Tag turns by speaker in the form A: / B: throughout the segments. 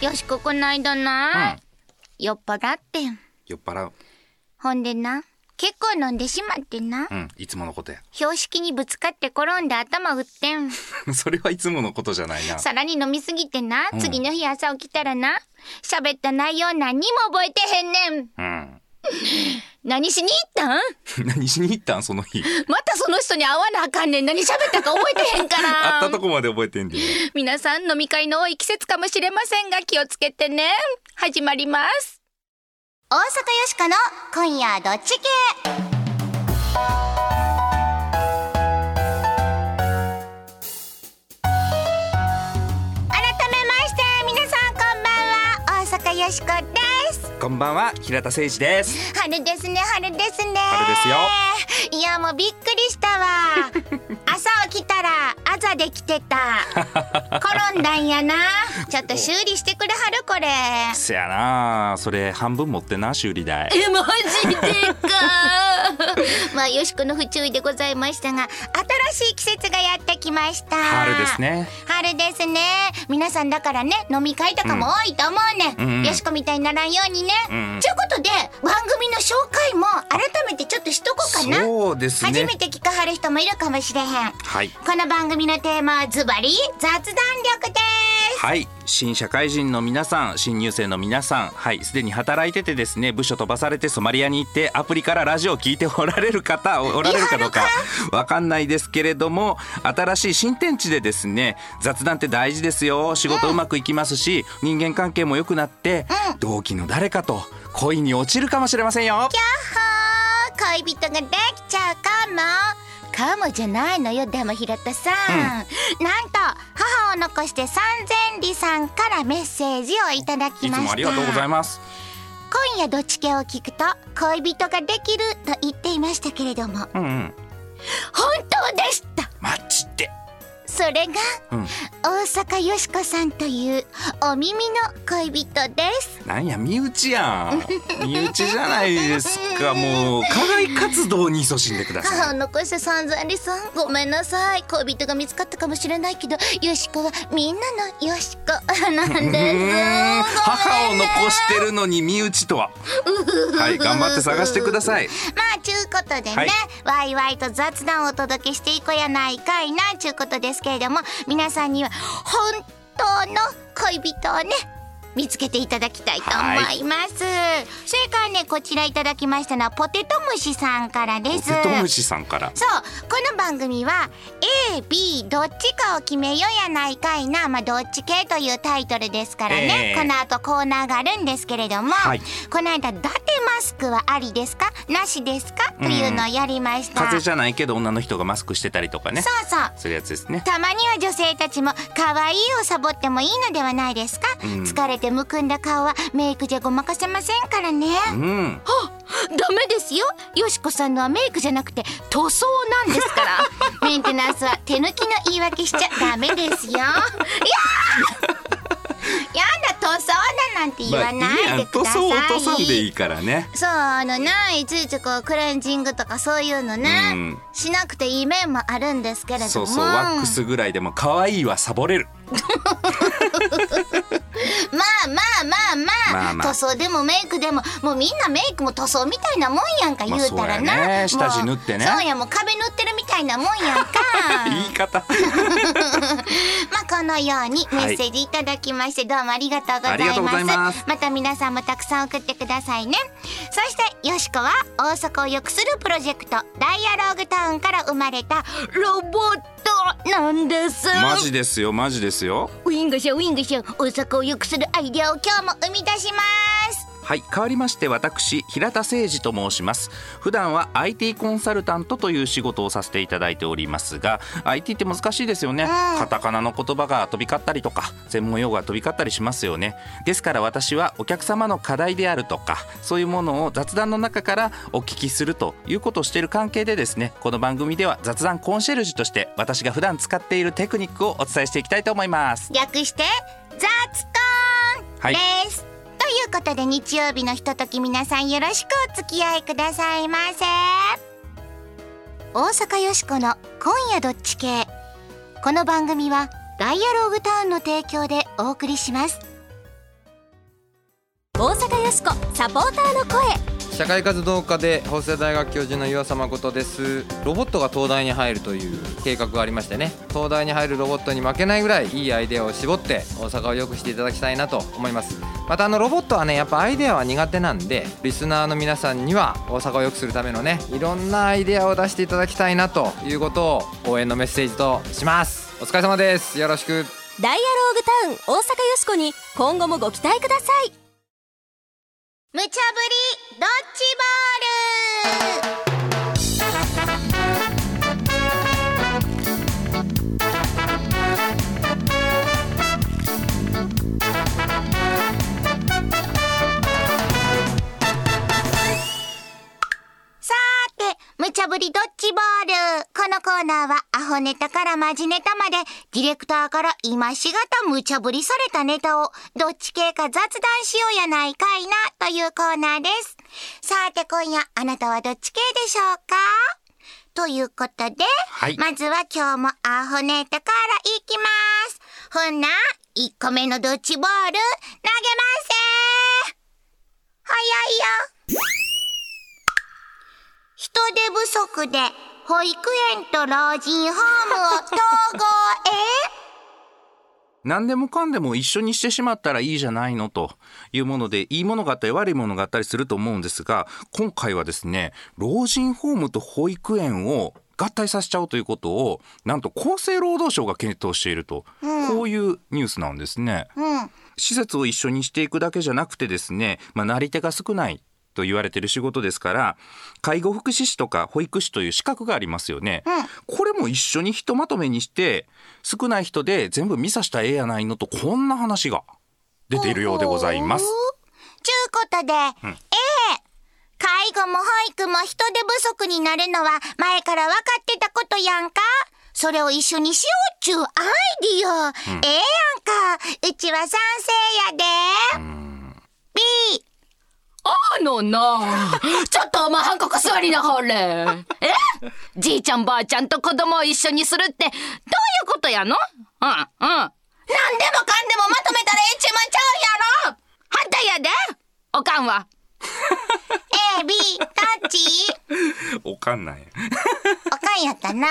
A: よしここないだな、
B: うん
A: 酔っ払って
B: 酔っ払う。
A: ほんでな結構飲んでしまってな
B: うん、いつものことや。
A: 標識にぶつかって転んで頭打ってん
B: それはいつものことじゃないな。
A: さらに飲みすぎてな
B: うん
A: 次の日朝起きたらな喋った内容何にも覚えてへんねん
B: うん。
A: 何しに行ったん
B: 何しに行ったんその日。
A: またその人に会わなあかんねん何喋ったか覚えてへんか
B: あった
A: ら
B: とこまで覚えてんで。
A: 皆さん飲み会の多い季節かもしれませんが気をつけてね始まります
C: 大阪よしこの今夜どっち系改めまして皆さんこんばんは大阪よしこです
B: こんばんは、平田誠二です。
C: 春ですね春ですね
B: 春ですよ
C: いやもうびっくりしたわ 朝起きたらあざできてた転んだんやなちょっと修理してくれはるこれ
B: せやなあそれ半分持ってな、修理代。
C: えマジでか まあよしこの不注意でございましたが新しい季節がやってきました
B: 春ですね。
C: 春ですね皆さんだからね飲み会とかも多いと思うね、
B: うんうんうん
C: よしこみたいにならんようにね、
B: うんうん
C: ということで番組の紹介も改めてちょっとしとこうかな、
B: そうですね。
C: 初めて聞かはる人もいるかもしれへん
B: はい。
C: この番組のテーマはズバリ雑談力です
B: はい新社会人の皆さん新入生の皆さんはいすでに働いててですね部署飛ばされてソマリアに行ってアプリからラジオを聞いておられる方おおられるかどうかわかんないですけれども新しい新天地でですね雑談って大事ですよ仕事うまくいきますし、人間関係も良くなって、同期の誰かと恋に落ちるかもしれませんよ
C: あー恋人ができちゃうかもかもじゃないのよでも平田さん、なんと母を残して三千里さんからメッセージをいただき
B: い
C: ました
B: つもありがとうございます
C: 今夜どっち系を聞くと恋人ができると言っていましたけれども本
B: うんうん
C: 当でした
B: マッチって
C: それが
B: うん
C: 大阪よしこさんというお耳の恋人です
B: なんや身内やん 身内じゃないですかもう課外活動に勤しんでくだ
C: 母を
B: さい
C: 残して三千里さんごめんなさい恋人が見つかったかもしれないけどよしこはみんなのよしこなん
B: うーん
C: です
B: 母を残してるのに身内とははい頑張って探してください
C: まあちゅうことでね、
B: はい
C: わいわいと雑談をお届けしていこうやないかいなちゅうことですけれども皆さんには本当の恋人をね見つけていただきたいと思います、それからねこちらいただきましたのはポテトムシさんからで
B: ポ
C: す
B: テトムシさんから
C: そうこの番組は AB どっちかを決めようやないかいな、まあ、どっち系というタイトルですからね、
B: ええ
C: この後コーナーがあるんですけれども、
B: はい
C: この間「伊達マスクはありですかなしですか?」というのをやりました、
B: 風邪じゃないけど女の人がマスクしてたりとかね
C: そうそう
B: するやつですね
C: たまには女性たちも可愛いをサボってもいいのではないですか、
B: うん
C: 疲れてむくんだ顔はメイクじゃごまかせませんからね、
B: うん
C: ダメですよよしこさんのはメイクじゃなくて塗装なんですから メンテナンスは手抜きの言い訳しちゃダメですよいやーやだ塗装だなんて言
B: まあ
C: わ
B: いい
C: ない
B: や
C: で
B: ん
C: く
B: 塗
C: ださい、
B: 装を落とさんでいいからね
C: そうあのないついつこうクレンジングとかそういうのね、
B: うん
C: しなくていい面もあるんですけれども
B: そうそうワックスぐらいでも可愛いはサボれる
C: まあまあまあまあ、
B: まあまあ
C: 塗装でもメイクでももうみんなメイクも塗装みたいなもんやんか
B: ま
C: 言
B: あ
C: うたらな、
B: そうやね
C: もう
B: 下地塗ってね
C: そうやもう壁塗ってるみたいなもん やんか
B: 言い方
C: まあこのようにメッセージいただきましてどうもありがとうございます,、
B: ありがとうございます
C: た皆さんもたくさん送ってくださいねそしてよしこは大阪を良くするプロジェクトダイアローグタウンから生まれたロボットなんです
B: マジですよマジですよ
C: ウィングションウィングション大阪を良くするアイデアを今日も生み出します
B: はい代わりまして私平田誠二と申します普段は IT コンサルタントという仕事をさせていただいておりますが IT って難しいですよね、カタカナの言葉が飛び交ったりとか専門用語が飛び交ったりしますよねですから私はお客様の課題であるとかそういうものを雑談の中からお聞きするということをしている関係でですねこの番組では雑談コンシェルジュとして私が普段使っているテクニックをお伝えしていきたいと思います
C: 略して雑コ
B: は
C: ン
B: い
C: です、ということで日曜日のひととき皆さんよろしくお付き合いくださいませ大阪よしこの今夜どっち系この番組はダイアローグタウンの提供でお送りします
D: 大阪よしこサポーターの声
E: 社会活動家で法政大学教授の岩佐誠ですロボットが東大に入るという計画がありましてね東大に入るロボットに負けないぐらいいいアイデアを絞って大阪を良くしていただきたいなと思いますまたあのロボットはねやっぱアイデアは苦手なんでリスナーの皆さんには大阪を良くするためのねいろんなアイデアを出していただきたいなということを応援のメッセージとしますお疲れ様ですよろしく
D: ダイアローグタウン大阪よしこに今後もご期待ください
C: 無茶ぶりドッジボールさーて、無茶ぶりドッジボール。このコーナーは、アホネタからマジネタまで、ディレクターから今しがた無茶ぶりされたネタを、どっち系か雑談しようやないかいな、というコーナーです。さーて、今夜、あなたはどっち系でしょうかということで、
B: はい
C: まずは今日もアホネタからいきます。ほんな、1個目のドッジボール、投げませー早いよ人手不足で保育園と老人ホームを統合へ
B: 何でもかんでも一緒にしてしまったらいいじゃないのというものでいいものがあったり悪いものがあったりすると思うんですが今回はですね老人ホームと保育園を合体させちゃおうということをなんと厚生労働省が検討していると、こういうニュースなんですね。
C: うん。
B: 施設を一緒にしていくだけじゃなくてですね、まあ、なり手が少ないと言われている仕事ですから介護福祉士とか保育士という資格がありますよね、これも一緒にひとまとめにして少ない人で全部見さしたらええやないのとこんな話が出ているようでございます
C: ほ。う。ちゅうことで、ええ介護も保育も人手不足になるのは前から分かってたことやんか。それを一緒にしようっちゅうアイディア。ええやんか。うちは賛成やで。B。
F: あのな、ちょっとお前半刻座りなほれ。えじいちゃんばあちゃんと子供を一緒にするって、どういうことやのうん、うん。なんでもかんでもまとめたらええちゅうもんちゃうやろ反対やでおかんは。
C: A、B、どっち
B: わかんない。
C: おかんやったな。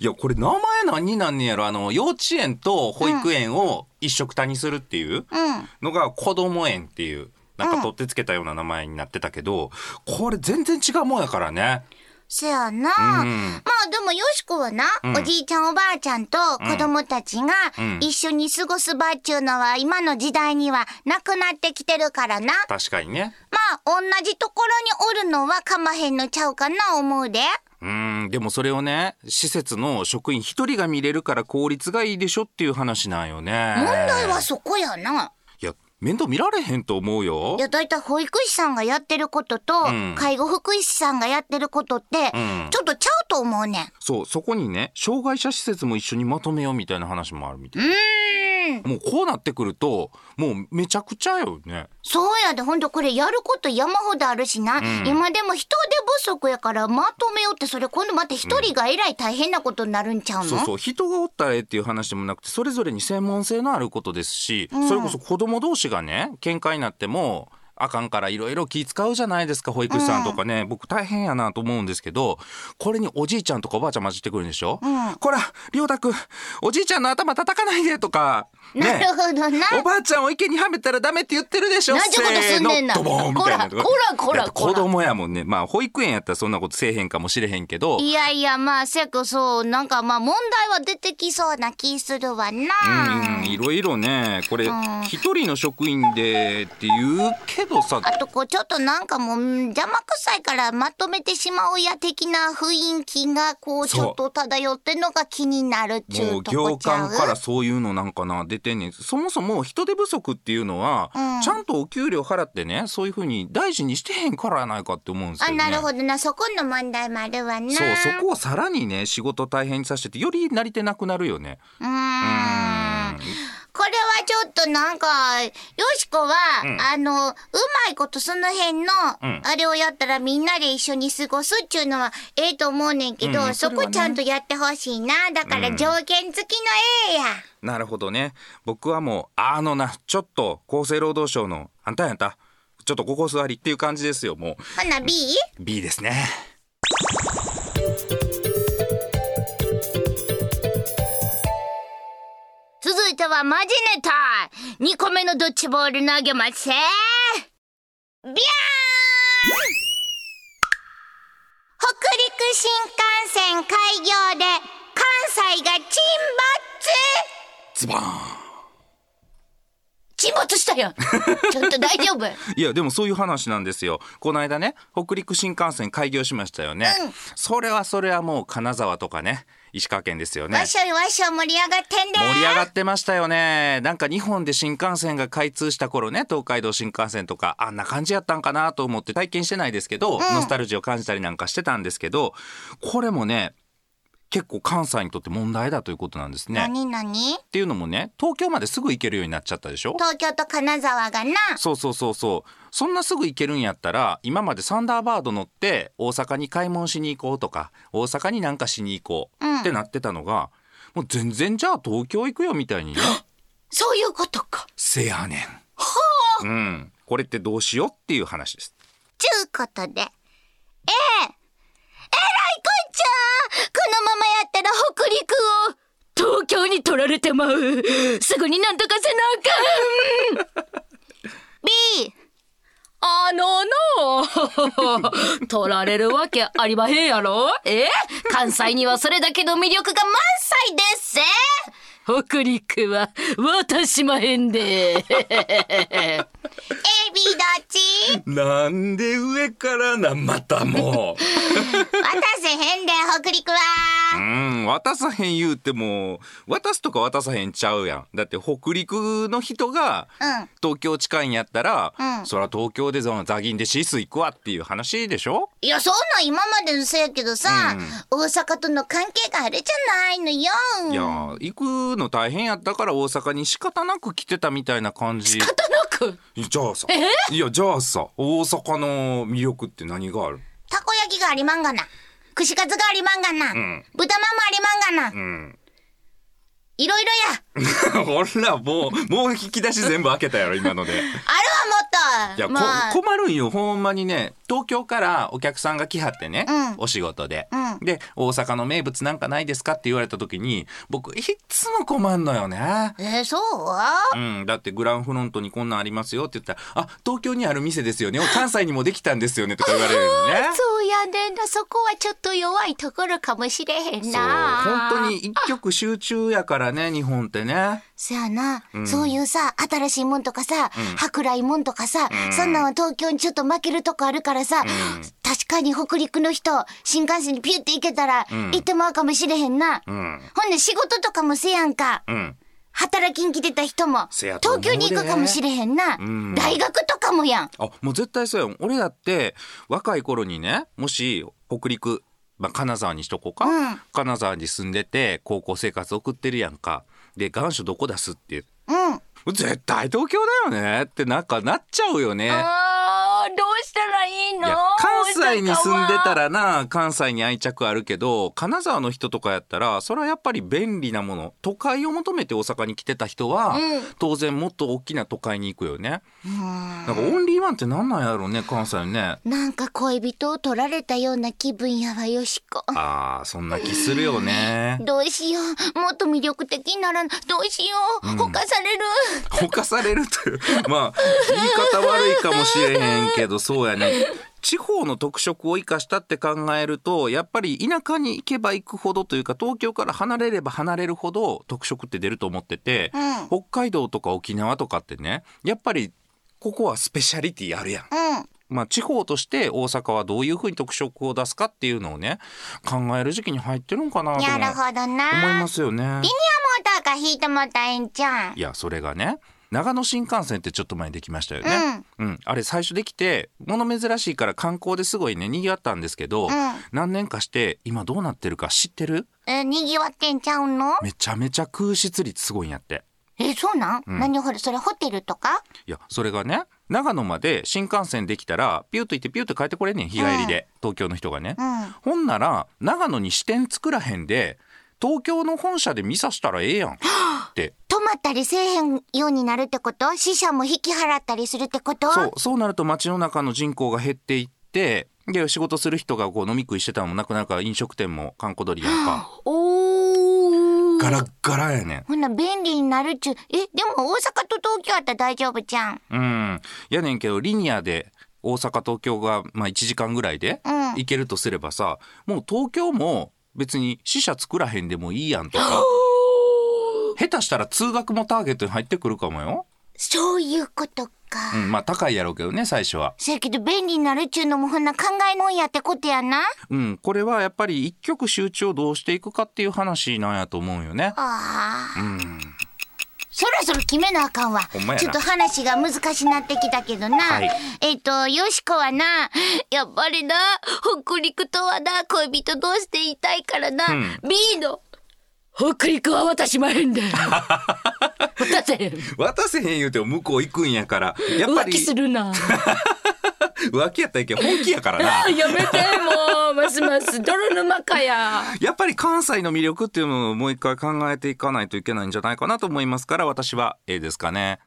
B: いやこれ名前何なんねやろあの幼稚園と保育園を一緒くたにするっていう
C: うん。
B: のが子供園っていうなんか取ってつけたような名前になってたけど、これ全然違うもんやからね。
C: そやな。
B: うん
C: まあでもよしこはな、
B: ん
C: おじいちゃんおばあちゃんと子供たちが
B: うん
C: 一緒に過ごす場っちゅうのは今の時代にはなくなってきてるからな。
B: 確かにね。
C: まあ同じところにおるのはかまへんのちゃうかな思うで。
B: うーん、でもそれをね、施設の職員一人が見れるから効率がいいでしょっていう話なんよね。
C: 問題はそこやな。
B: いや、面倒見られへんと思うよ
C: い。やだいたい保育士さんがやってることと、
B: ん
C: 介護福祉士さんがやってることって、
B: ん
C: ちょっとちゃうと思うねん。
B: そう、そこにね、障害者施設も一緒にまとめようみたいな話もあるみたいな。もうこうなってくると、もうめちゃくちゃよね。
C: そうやで、ほんとこれやること山ほどあるしな。今でも人手不足やからまとめようって、それ今度また一人がえらい大変なことになるんちゃうの、
B: そうそう人がおったらええっていう話でもなくてそれぞれに専門性のあることですし、それこそ子供同士がね喧嘩になってもあかんからいろいろ気使うじゃないですか保育士さんとかね、僕大変やなと思うんですけどこれにおじいちゃんとかおばあちゃん混じってくるんでしょ、こらりょうたくんおじいちゃんの頭叩かないでとかね
C: なるほどな。
B: おばあちゃんを池にはめたらダメって言ってるでしょ
C: なんちゅうことすんねんな
B: せーのドボーンみたいなと
F: こらこらこら
B: だって子供やもんねまあ保育園やったらそんなことせえへんかもしれへんけど
C: いやいや、まあ、せくそう、なんかまあ問題は出てきそうな気するわな。
B: うん、いろいろねこれ一人の職員でって言うけどさ
C: あとこうちょっとなんかもううん邪魔くさいからまとめてしまおうや的な雰囲気がこう
B: そう
C: ちょっと漂ってんのが気になるっちゅ
B: もう
C: うとこ
B: 業
C: ちゃう
B: 界からそういうのなんかな出てんねんそもそも人手不足っていうのは、
C: うん
B: ちゃんとお給料払ってねそういうふうに大事にしてへんからやないかって思うんです
C: あ、
B: よね。
C: なるほどな。そこの問題もあるわな。
B: そうそこをさらにね仕事大変にさせててよりなり手なくなるよね。
C: うーんこれはちょっっとなんか、よしこは、
B: うん
C: あの、うまいことその辺の、
B: うん
C: あれをやったらみんなで一緒に過ごすっちゅうのは、ええと思うねんけど、
B: うん
C: そ
B: それ
C: こ
B: はね
C: ちゃんとやってほしいな。だから
B: うん
C: 条件付きのええや。
B: なるほどね僕はもうあのなちょっと厚生労働省のあんたやんたちょっとここ座りっていう感じですよも
C: ほな、B?
B: う B ですね
C: 続いてはマジネタ。2個目のドッジボール投げません。ビャーン北陸新幹線開業で関西が沈没
B: ズバーン
C: 沈没した やんちょっと大丈 夫
B: いやでもそういう話なんですよこの間ね北陸新幹線開業しましたよね、
C: うん
B: それはそれはもう金沢とかね石川県ですよね
C: わっしょいわっしょい盛り上がってんで
B: 盛り上がってましたよねなんか日本で新幹線が開通した頃ね東海道新幹線とかあんな感じやったんかなと思って体験してないですけど、ノスタルジーを感じたりなんかしてたんですけどこれもね結構関西にとって問題だということなんですね。っ
C: 何何
B: ていうのもね東京まですぐ行けるようになっちゃったでしょ
C: 東京と金沢がな
B: そうそうそうそうそんなすぐ行けるんやったら今までサンダーバード乗って大阪に買い物しに行こうとか大阪になんかしに行こ
C: うん
B: うってなってたのが、もう全然じゃあ東京行くよみたいにね
F: そういうことか。
B: せやねん。うん、これってどうしようっていう話です。
C: ちゅうことでえええらいこっちゃこのままやったら北陸を
F: 東京に取られてまう。すぐになんとかせなあかん。
C: B
F: あの の取られるわけありまへんやろえ関西にはそれだけの魅力が満載です北陸は渡しまへん
C: AB
F: で
C: どっち
B: なんで上からなまたも
C: 渡せへんで北陸は
B: う。うん、渡さへん言うても渡すとか渡さへんちゃうやん。だって北陸の人が
C: うん
B: 東京近いんやったら、
C: うん
B: そら東京でザザギンでシース行くわっていう話でしょ
C: いやそんなん今までのせやけどさ、大阪との関係があれじゃないのよ
B: いやー行くの大変やったから大阪に仕方なく来てたみたいな感じ
F: となく
B: じゃあさいやじゃあさ大阪の魅力って何がある
C: たこ焼きがありまんがな。串カツがありまんがな。
B: ん
C: 豚まんもありまんがな。
B: うん
C: いろいろや。
B: ほらもうもう引き出し全部開けたやろ 今ので
C: あ
B: い
C: る
B: や、
C: わ、もっと。
B: こ
C: まあ、
B: 困るんよほんまにね東京からお客さんが来はってね、
C: うん
B: お仕事で、
C: う
B: で大阪の名物なんかないですかって言われた時に僕いっつも困んのよね
C: えー、そう
B: うん、だってグランフロントにこんなんありますよって言ったら「あ東京にある店ですよね関西にもできたんですよね」とか言われるのね。
C: そうやねんな。そこはちょっと弱いところかもしれへん
B: そう
C: な。
B: 本当に。一曲集中やからね日本ってね
C: そやな、そういうさ、新しいもんとかさ、舶来もんとかさ、そんなんは東京にちょっと負けるとこあるからさ、確かに北陸の人、新幹線にピュって行けたら、行ってまうかもしれへんな。
B: うん
C: ほんで仕事とかもせやんか。
B: うん
C: 働きに来てた人も
B: せや
C: 東
B: と思うで
C: 京に行くかもしれへんな、
B: ん
C: 大学とかもやん
B: あもう絶対そうや俺だって若い頃にねもし北陸、まあ、金沢にしとこうか、
C: うん
B: 金沢に住んでて高校生活送ってるやんかで願書どこ出すって
C: うん
B: 絶対東京だよねってなんかなっちゃうよね。
F: あーどうしたらいい
B: い
F: の
B: や関西に住んでたらな関西に愛着あるけど金沢の人とかやったらそれはやっぱり便利なもの都会を求めて大阪に来てた人は、当然もっと大きな都会に行くよね。なんかオンリーワンってなんなんやろうね関西ね。
C: なんか恋人を取られたような気分やわよしこ
B: あーそんな気するよね。
C: どうしようもっと魅力的にならんどうしよう、ほかされる
B: 犯されるという まあ言い方悪いかもしれへんけどそうやね地方の特色を生かしたって考えるとやっぱり田舎に行けば行くほどというか東京から離れれば離れるほど特色って出ると思ってて、北海道とか沖縄とかってねやっぱりここはスペシャリティあるやん。
C: うん
B: まあ、地方として大阪はどういうふうに特色を出すかっていうのをね考える時期に入ってるんかなとも
C: なるほどな
B: 思
C: リ
B: い
C: ニアモ
B: ま
C: ー
B: すよね。
C: ターが引いてもらったらええんちゃん
B: いやそれがね長野新幹線ってちょっと前にできましたよね、うんあれ最初できて物珍しいから観光ですごいね賑わったんですけど、
C: ん
B: 何年かして今どうなってるか知ってる
C: えにぎわってんちゃうの
B: めちゃめちゃ空室率すごいんやって
C: えそうなん、何ほれそれホテルとか
B: いやそれがね長野まで新幹線できたらピューと行ってピューと帰ってこれんねん日帰りで、東京の人がね、
C: うん
B: ほんなら長野に支店作らへんで東京の本社で見さしたらええやんって
C: 泊まったりせえへんようになるってこと死者も引き払ったりするってこと
B: そうそうなると街の中の人口が減っていってで仕事する人がこう飲み食いしてたのもなくなるから飲食店も閑古鳥やんか
F: おお
B: ガラッガラやねん
C: ほな便利になるっちゅうえでも大阪と東京やったら大丈夫じゃん
B: うんやねんけどリニアで大阪東京がまあ1時間ぐらいで
C: うん
B: 行けるとすればさもう東京も別に死者作らへんでもいいやんとか下手したら通学もターゲットに入ってくるかもよ。
C: そういうことか、
B: うん、まあ高いやろうけどね最初は。
C: せやけど便利になるっちゅうのもほんな考えもんやってことやな
B: うんこれはやっぱり一極集中をどうしていくかっていう話なんやと思うよね。
C: ああ
B: うん
C: そろそろ決めなあかんわ
B: ほんまやな
C: ちょっと話が難しなってきたけどな、
B: はい
C: えっ、とよしこはなやっぱりな北陸とはな恋人同士で言いたいからな、
B: ん
F: B の北陸は渡しまへん で渡せへん
B: 渡せへん言うても向こう行くんやからやっぱ
F: 浮
B: り
F: 気する な
B: 浮気やったらいけん本気やからな
F: あやめてもうますます 泥沼かや
B: やっぱり関西の魅力っていうのをもう一回考えていかないといけないんじゃないかなと思いますから私は A ですかね。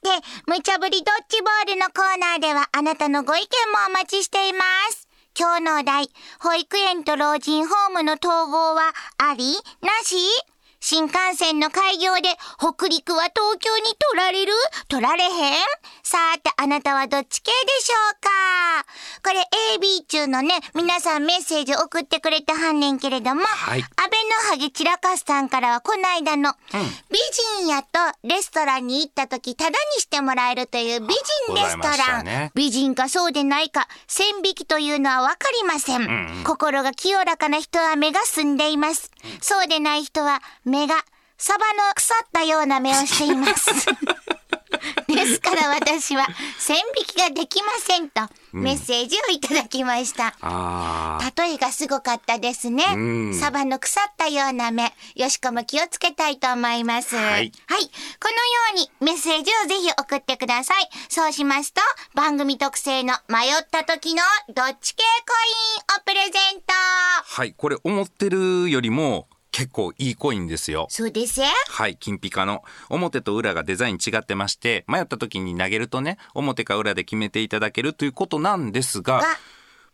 C: で、無茶ぶりドッジボールのコーナーではあなたのご意見もお待ちしています。今日のお題、保育園と老人ホームの統合はありなし新幹線の開業で北陸は東京に取られる取られへんさてあなたはどっち系でしょうかこれ AB 中のね、皆さんメッセージ送ってくれてはんねんけれども、
B: い
C: 安倍のハゲ散らかすさんからはこないだの、美人やとレストランに行った時タダにしてもらえるという美人レス
B: ございま
C: ト
B: し
C: ラ
B: た
C: ン、
B: ね
C: 美人かそうでないか線引きというのはわかりません、心が清らかな人は目が澄んでいます、そうでない人は目がサバの腐ったような目をしています ですから私は線引きができませんとメッセージをいただきました、
B: あ
C: 例えがすごかったですね。
B: うん
C: サバの腐ったような目。よしこも気をつけたいと思います。
B: はい
C: このようにメッセージをぜひ送ってください。そうしますと、番組特製の迷った時のどっち系コインをプレゼント。
B: はいこれ思ってるよりも結構いいコインですよ。
C: そうですよ。
B: はい金ピカの表と裏がデザイン違ってまして迷った時に投げるとね表か裏で決めていただけるということなんですが
C: わ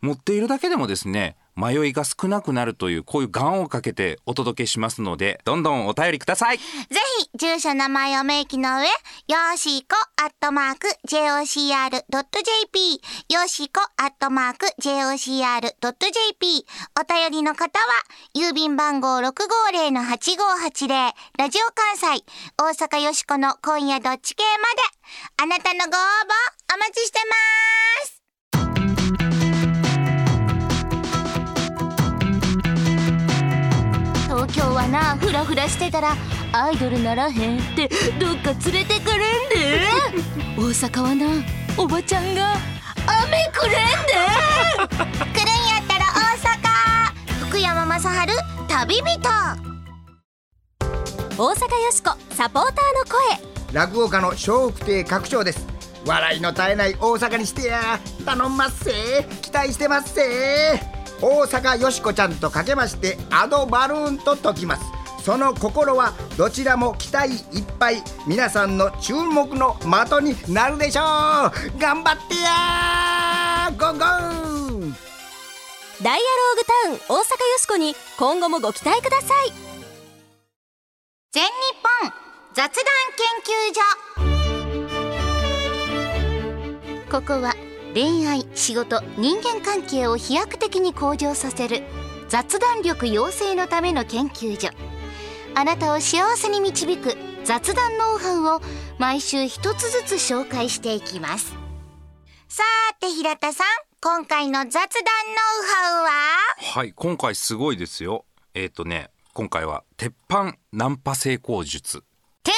B: 持っているだけでもですね迷いが少なくなるというこういう願をかけてお届けしますのでどんどんお便りください
C: ぜひ、住所名前を明記の上、よーしーこ、アットマーク、jocr.jp、よーしーこ、アットマーク、jocr.jp、お便りの方は、郵便番号650-8580、ラジオ関西、大阪よしこの今夜どっち系まで、あなたのご応募、お待ちしてます。東京はなフラフラしてたらアイドルならへんってどっか連れてくれんで大阪はなおばちゃんが雨くれんで来るんやったら大阪福山雅治旅人
D: 大阪よしこサポーターの声
G: 落語家の笑福亭拡張です笑いの絶えない大阪にしてや頼んますせ期待してますせ大阪よしこちゃんとかけましてアドバルーンと解きますその心はどちらも期待いっぱい皆さんの注目の的になるでしょう頑張ってやゴーゴー
D: ダイアローグタウン大阪よしこに今後もご期待ください
C: 全日本雑談研究所ここは恋愛仕事人間関係を飛躍的に向上させる雑談力養成のための研究所あなたを幸せに導く雑談ノウハウを毎週一つずつ紹介していきますさーて平田さん今回の雑談ノウハウは
B: はい今回すごいですよえっ、とね今回は鉄板ナンパ成功術
C: 鉄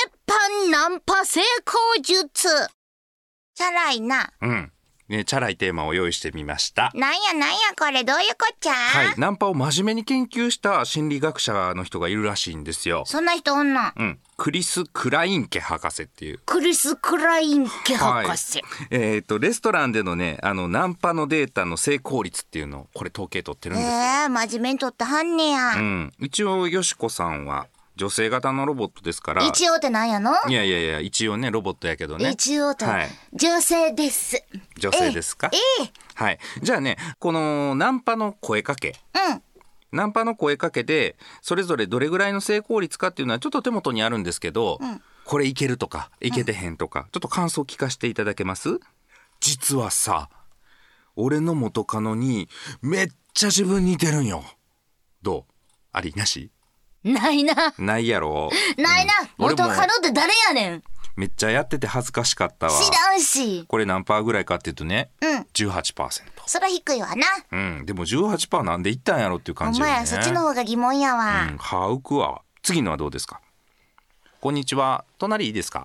C: 板ナンパ成功術チャラいな
B: うんね、チャラいテーマを用意してみました。
C: なんやなんやこれどういうこっちゃ、
B: はい、ナンパを真面目に研究した心理学者の人がいるらしいんですよ。
C: そんな人おんの
B: うん、クリス・クラインケ博士っていう。
C: クリス・クラインケ博士、
B: はい、えっ、とレストランでのねあのナンパのデータの成功率っていうのをこれ統計取ってるんですよ、
C: えー、真面目にとってはんねや、
B: うん、一応よしこさんは女性型のロボットですから
C: 一応ってなんやの
B: いやいやいや一応ねロボットやけどね
C: 一応と、
B: はい
C: 女性です
B: 女性ですか
C: ええ
B: はいじゃあねこのナンパの声かけ
C: うん
B: ナンパの声かけでそれぞれどれぐらいの成功率かっていうのはちょっと手元にあるんですけど、これいけるとかいけてへんとか、ちょっと感想聞かせていただけます実はさ俺の元カノにめっちゃ自分似てるんよどうありなし
F: ないな。
B: ないやろ
C: ないな、
B: うん俺
F: 元
B: も
F: カノって誰やねん。
B: めっちゃやってて恥ずかしかったわ
C: 知らんし
B: これ何パーぐらいかっていうとね、
C: うん
B: 18%
C: そら低いわな
B: うんでも18%なんでいったんやろっていう
C: お
B: 感じよね
C: 前やそっちの方が疑問やわ、
B: うん、ハウクワ。次のはどうですか。こんにちは。隣いいですか。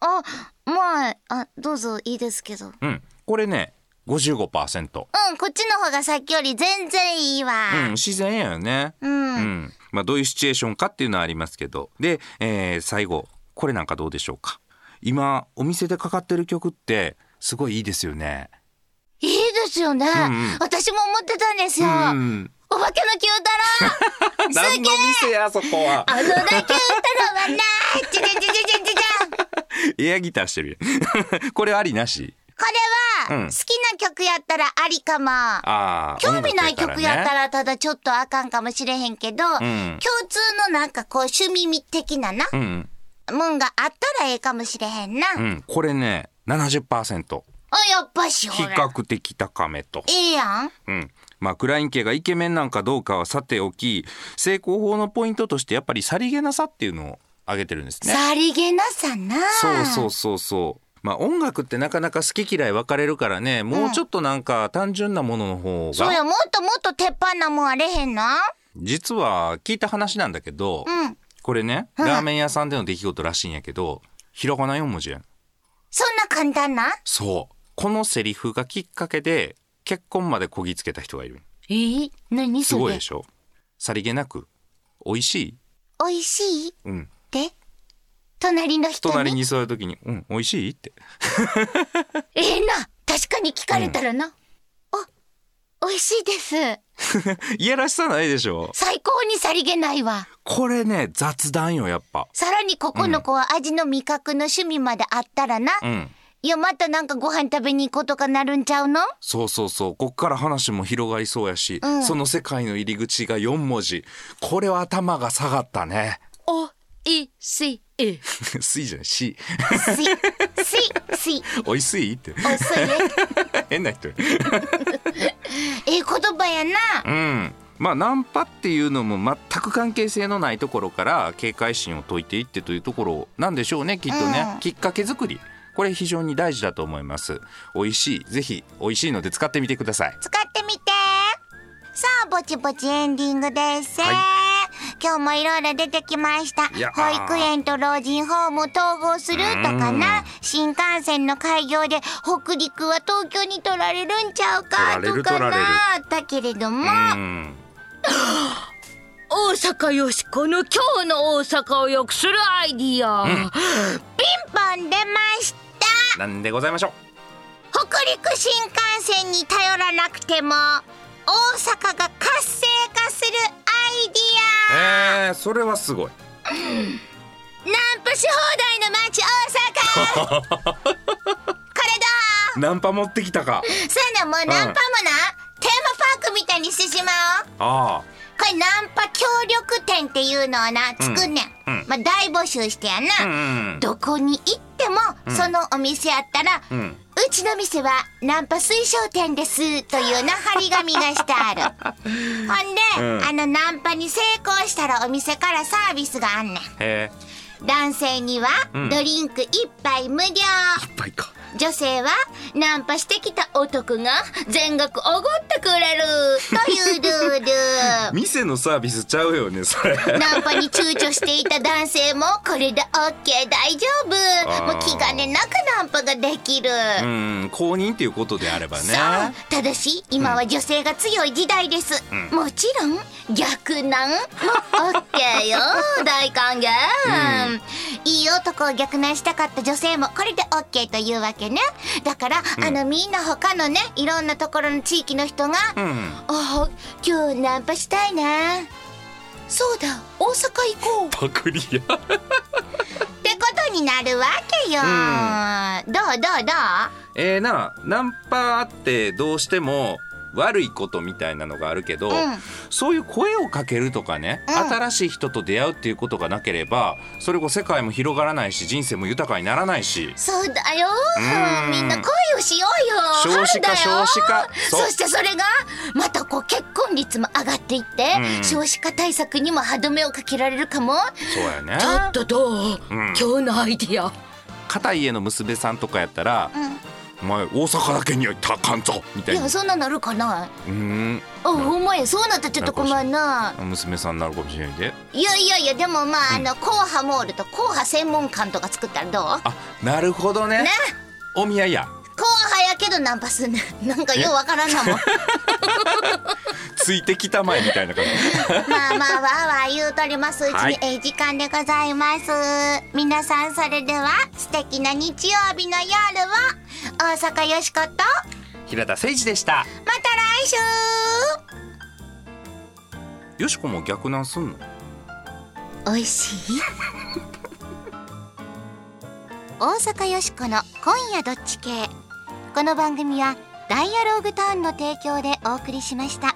C: あまああどうぞいいですけどうん
B: うん。これね、55%
C: こっちの方がさっきより全然いいわ、
B: うん、自然やよね。うん。まあどういうシチュエーションかっていうのはありますけど、で、えー最後これなんかどうでしょうか。今お店でかかってる曲ってすごいいいですよね。
C: いいですよね、
B: ん
C: 私も思ってたんですよ、
B: うん。
C: お化けの九太郎
B: 何の店やそこは。
C: あのだけ太郎はなちゃちゃちゃちゃちゃちゃこ
B: エアギターしてる。 これありなし。
C: れは、
B: うん
C: 好きな曲やったらありかも
B: ああ。
C: 興味ない曲やった
B: らね。
C: らただちょっとあかんかもしれへんけど、
B: ん
C: 共通のなんかこう趣味的なな、
B: うん、
C: もんがあったらええかもしれへんな、
B: う
C: あ
B: ん、これね、70%
C: やっぱし
B: 比
C: ほら
B: 較的高めと
C: ええやん
B: うん、まあクライン家がイケメンなんかどうかはさておき成功法のポイントとしてやっぱりさりげなさっていうのを挙げてるんですね。
C: さりげなさな
B: そうそうそうそうまあ音楽ってなかなか好き嫌い分かれるからねもうちょっとなんか単純なものの方
C: そう
B: が、
C: やもっともっと鉄板なもんあれへんな
B: 実は聞いた話なんだけど、
C: うん
B: これねラーメン屋さんでの出来事らしいんやけどひらがな4文字やん
C: そんな簡単な
B: そうこのセリフがきっかけで結婚までこぎつけた人がいる
F: えー、何
B: す
F: そ
B: ごい
F: れ
B: で。しょさりげなく「美味しい?
C: 美味しい」
B: うん
C: って隣の人に
B: 隣に座るときに「うん美味しい?」って
C: ええな確かに聞かれたらな、お美味しいです
B: いやらしさないでしょ
C: 最高にさりげないわ
B: これね雑談よやっぱ
C: さらにここの子は味の味覚の趣味まであったらな、
B: うん
C: いやまたなんかご飯食べに行こうとかなるんちゃうの
B: そうそうそうこっから話も広がりそうやし、
C: ん
B: その世界の入り口が4文字これは頭が下がったね
F: おいしい。
B: すいじゃないし
C: すいすいすい
B: おいしいって
C: おいしいね
B: 変な人
C: ええ言葉やな
B: うんまあナンパっていうのも全く関係性のないところから警戒心を解いていってというところなんでしょうねきっとね、
C: うん
B: きっかけ作りこれ非常に大事だと思います美味しいぜひ美味しいので使ってみてください
C: 使ってみてさあぼちぼちエンディングです、
B: はい
C: 今日もいろいろ出てきました
B: いや
C: 保育園と老人ホームを統合するとかな新幹線の開業で北陸は東京に取られるんちゃうか
B: 取られ
C: と
B: る
C: か
B: 取られる
C: なあったけれども、
B: うん
F: 大阪よしこの今日の大阪を良くするアイディア。
C: ポン出ました
B: なんでございましょう。
C: 北陸新幹線に頼らなくても大阪が活性化するアイディア
B: ええそれはすごい。
C: ナンパし放題の街大阪これだ
B: ナンパ持ってきたか。
C: そうやなもうナンパもな、テーマパークみたいにしてしまおう
B: あ
C: これナンパ協力店っていうのをな作んねん、
B: うん
C: まあ大募集してや
B: あ。う
C: な、
B: ん。
C: どこに行っても、そのお店やったら、う
B: うん
C: ちの店はナンパ推奨店ですというな張り紙がして あるほんで、あのナンパに成功したらお店からサービスがあんねん
B: へえ。
C: 男性にはドリンク一杯無料、
B: いっぱいか。
C: 女性はナンパしてきた男が全額おごってくれるというルール
B: 店のサービスちゃうよねそ れ
C: ナンパに躊躇していた男性もこれで OK 大丈夫
B: あー
C: もう気兼ねなくナンパができる、
B: うん公認っていうことであればね
C: さあただし今は女性が強い時代です、もちろん逆難も OK よ大歓迎、いい男を逆難したかった女性もこれで OK というわけねだから、あのみんな他のねいろんなところの地域の人が「
B: うん
C: ああ今日ナンパしたいなそうだ大阪行こう」
B: パクリや
C: ってことになるわけよ、どうどうどう
B: えー、なナンパってどうしても悪いことみたいなのがあるけど、そういう声をかけるとかね、新しい人と出会うっていうことがなければそれこそ世界も広がらないし人生も豊かにならないし
C: そうだよ
B: うん
C: みんな恋をしようよ
B: 少子化
C: 春だよ
B: 少子化
C: そ
B: そう
C: してそれがまたこう結婚率も上がっていって、
B: うん
C: 少子化対策にも歯止めをかけられるかも
B: そうやね
F: ちょっとどう、
B: ん
F: 今日のアイディア
B: 片家の娘さんとかやったら「お前大阪だけには行ったらあかんぞ」みた
C: い
B: いな
C: やそんななるかな
B: うーん
C: あお前そうなったらちょっと困るな
B: 娘さんになるかもしれないで
C: いやいやいやでもまああの硬派モールと硬派専門館とか作ったらどう
B: あなるほどね
C: ね
B: お見合いや
C: 硬派やけどナンパすんねん なんかようわからんなもん
B: ついてきたまえみたいな感じ
C: まあまあわーわー言うとりますうちに、
B: はい
C: ええ時間でございます皆さんそれでは素敵な日曜日の夜を大阪よしこと
B: 平田誠二でした
C: また来週
B: よしこも逆難すんの
C: おいしい 大阪よしこの「今夜どっち系」この番組は「ダイアローグタウン」の提供でお送りしました。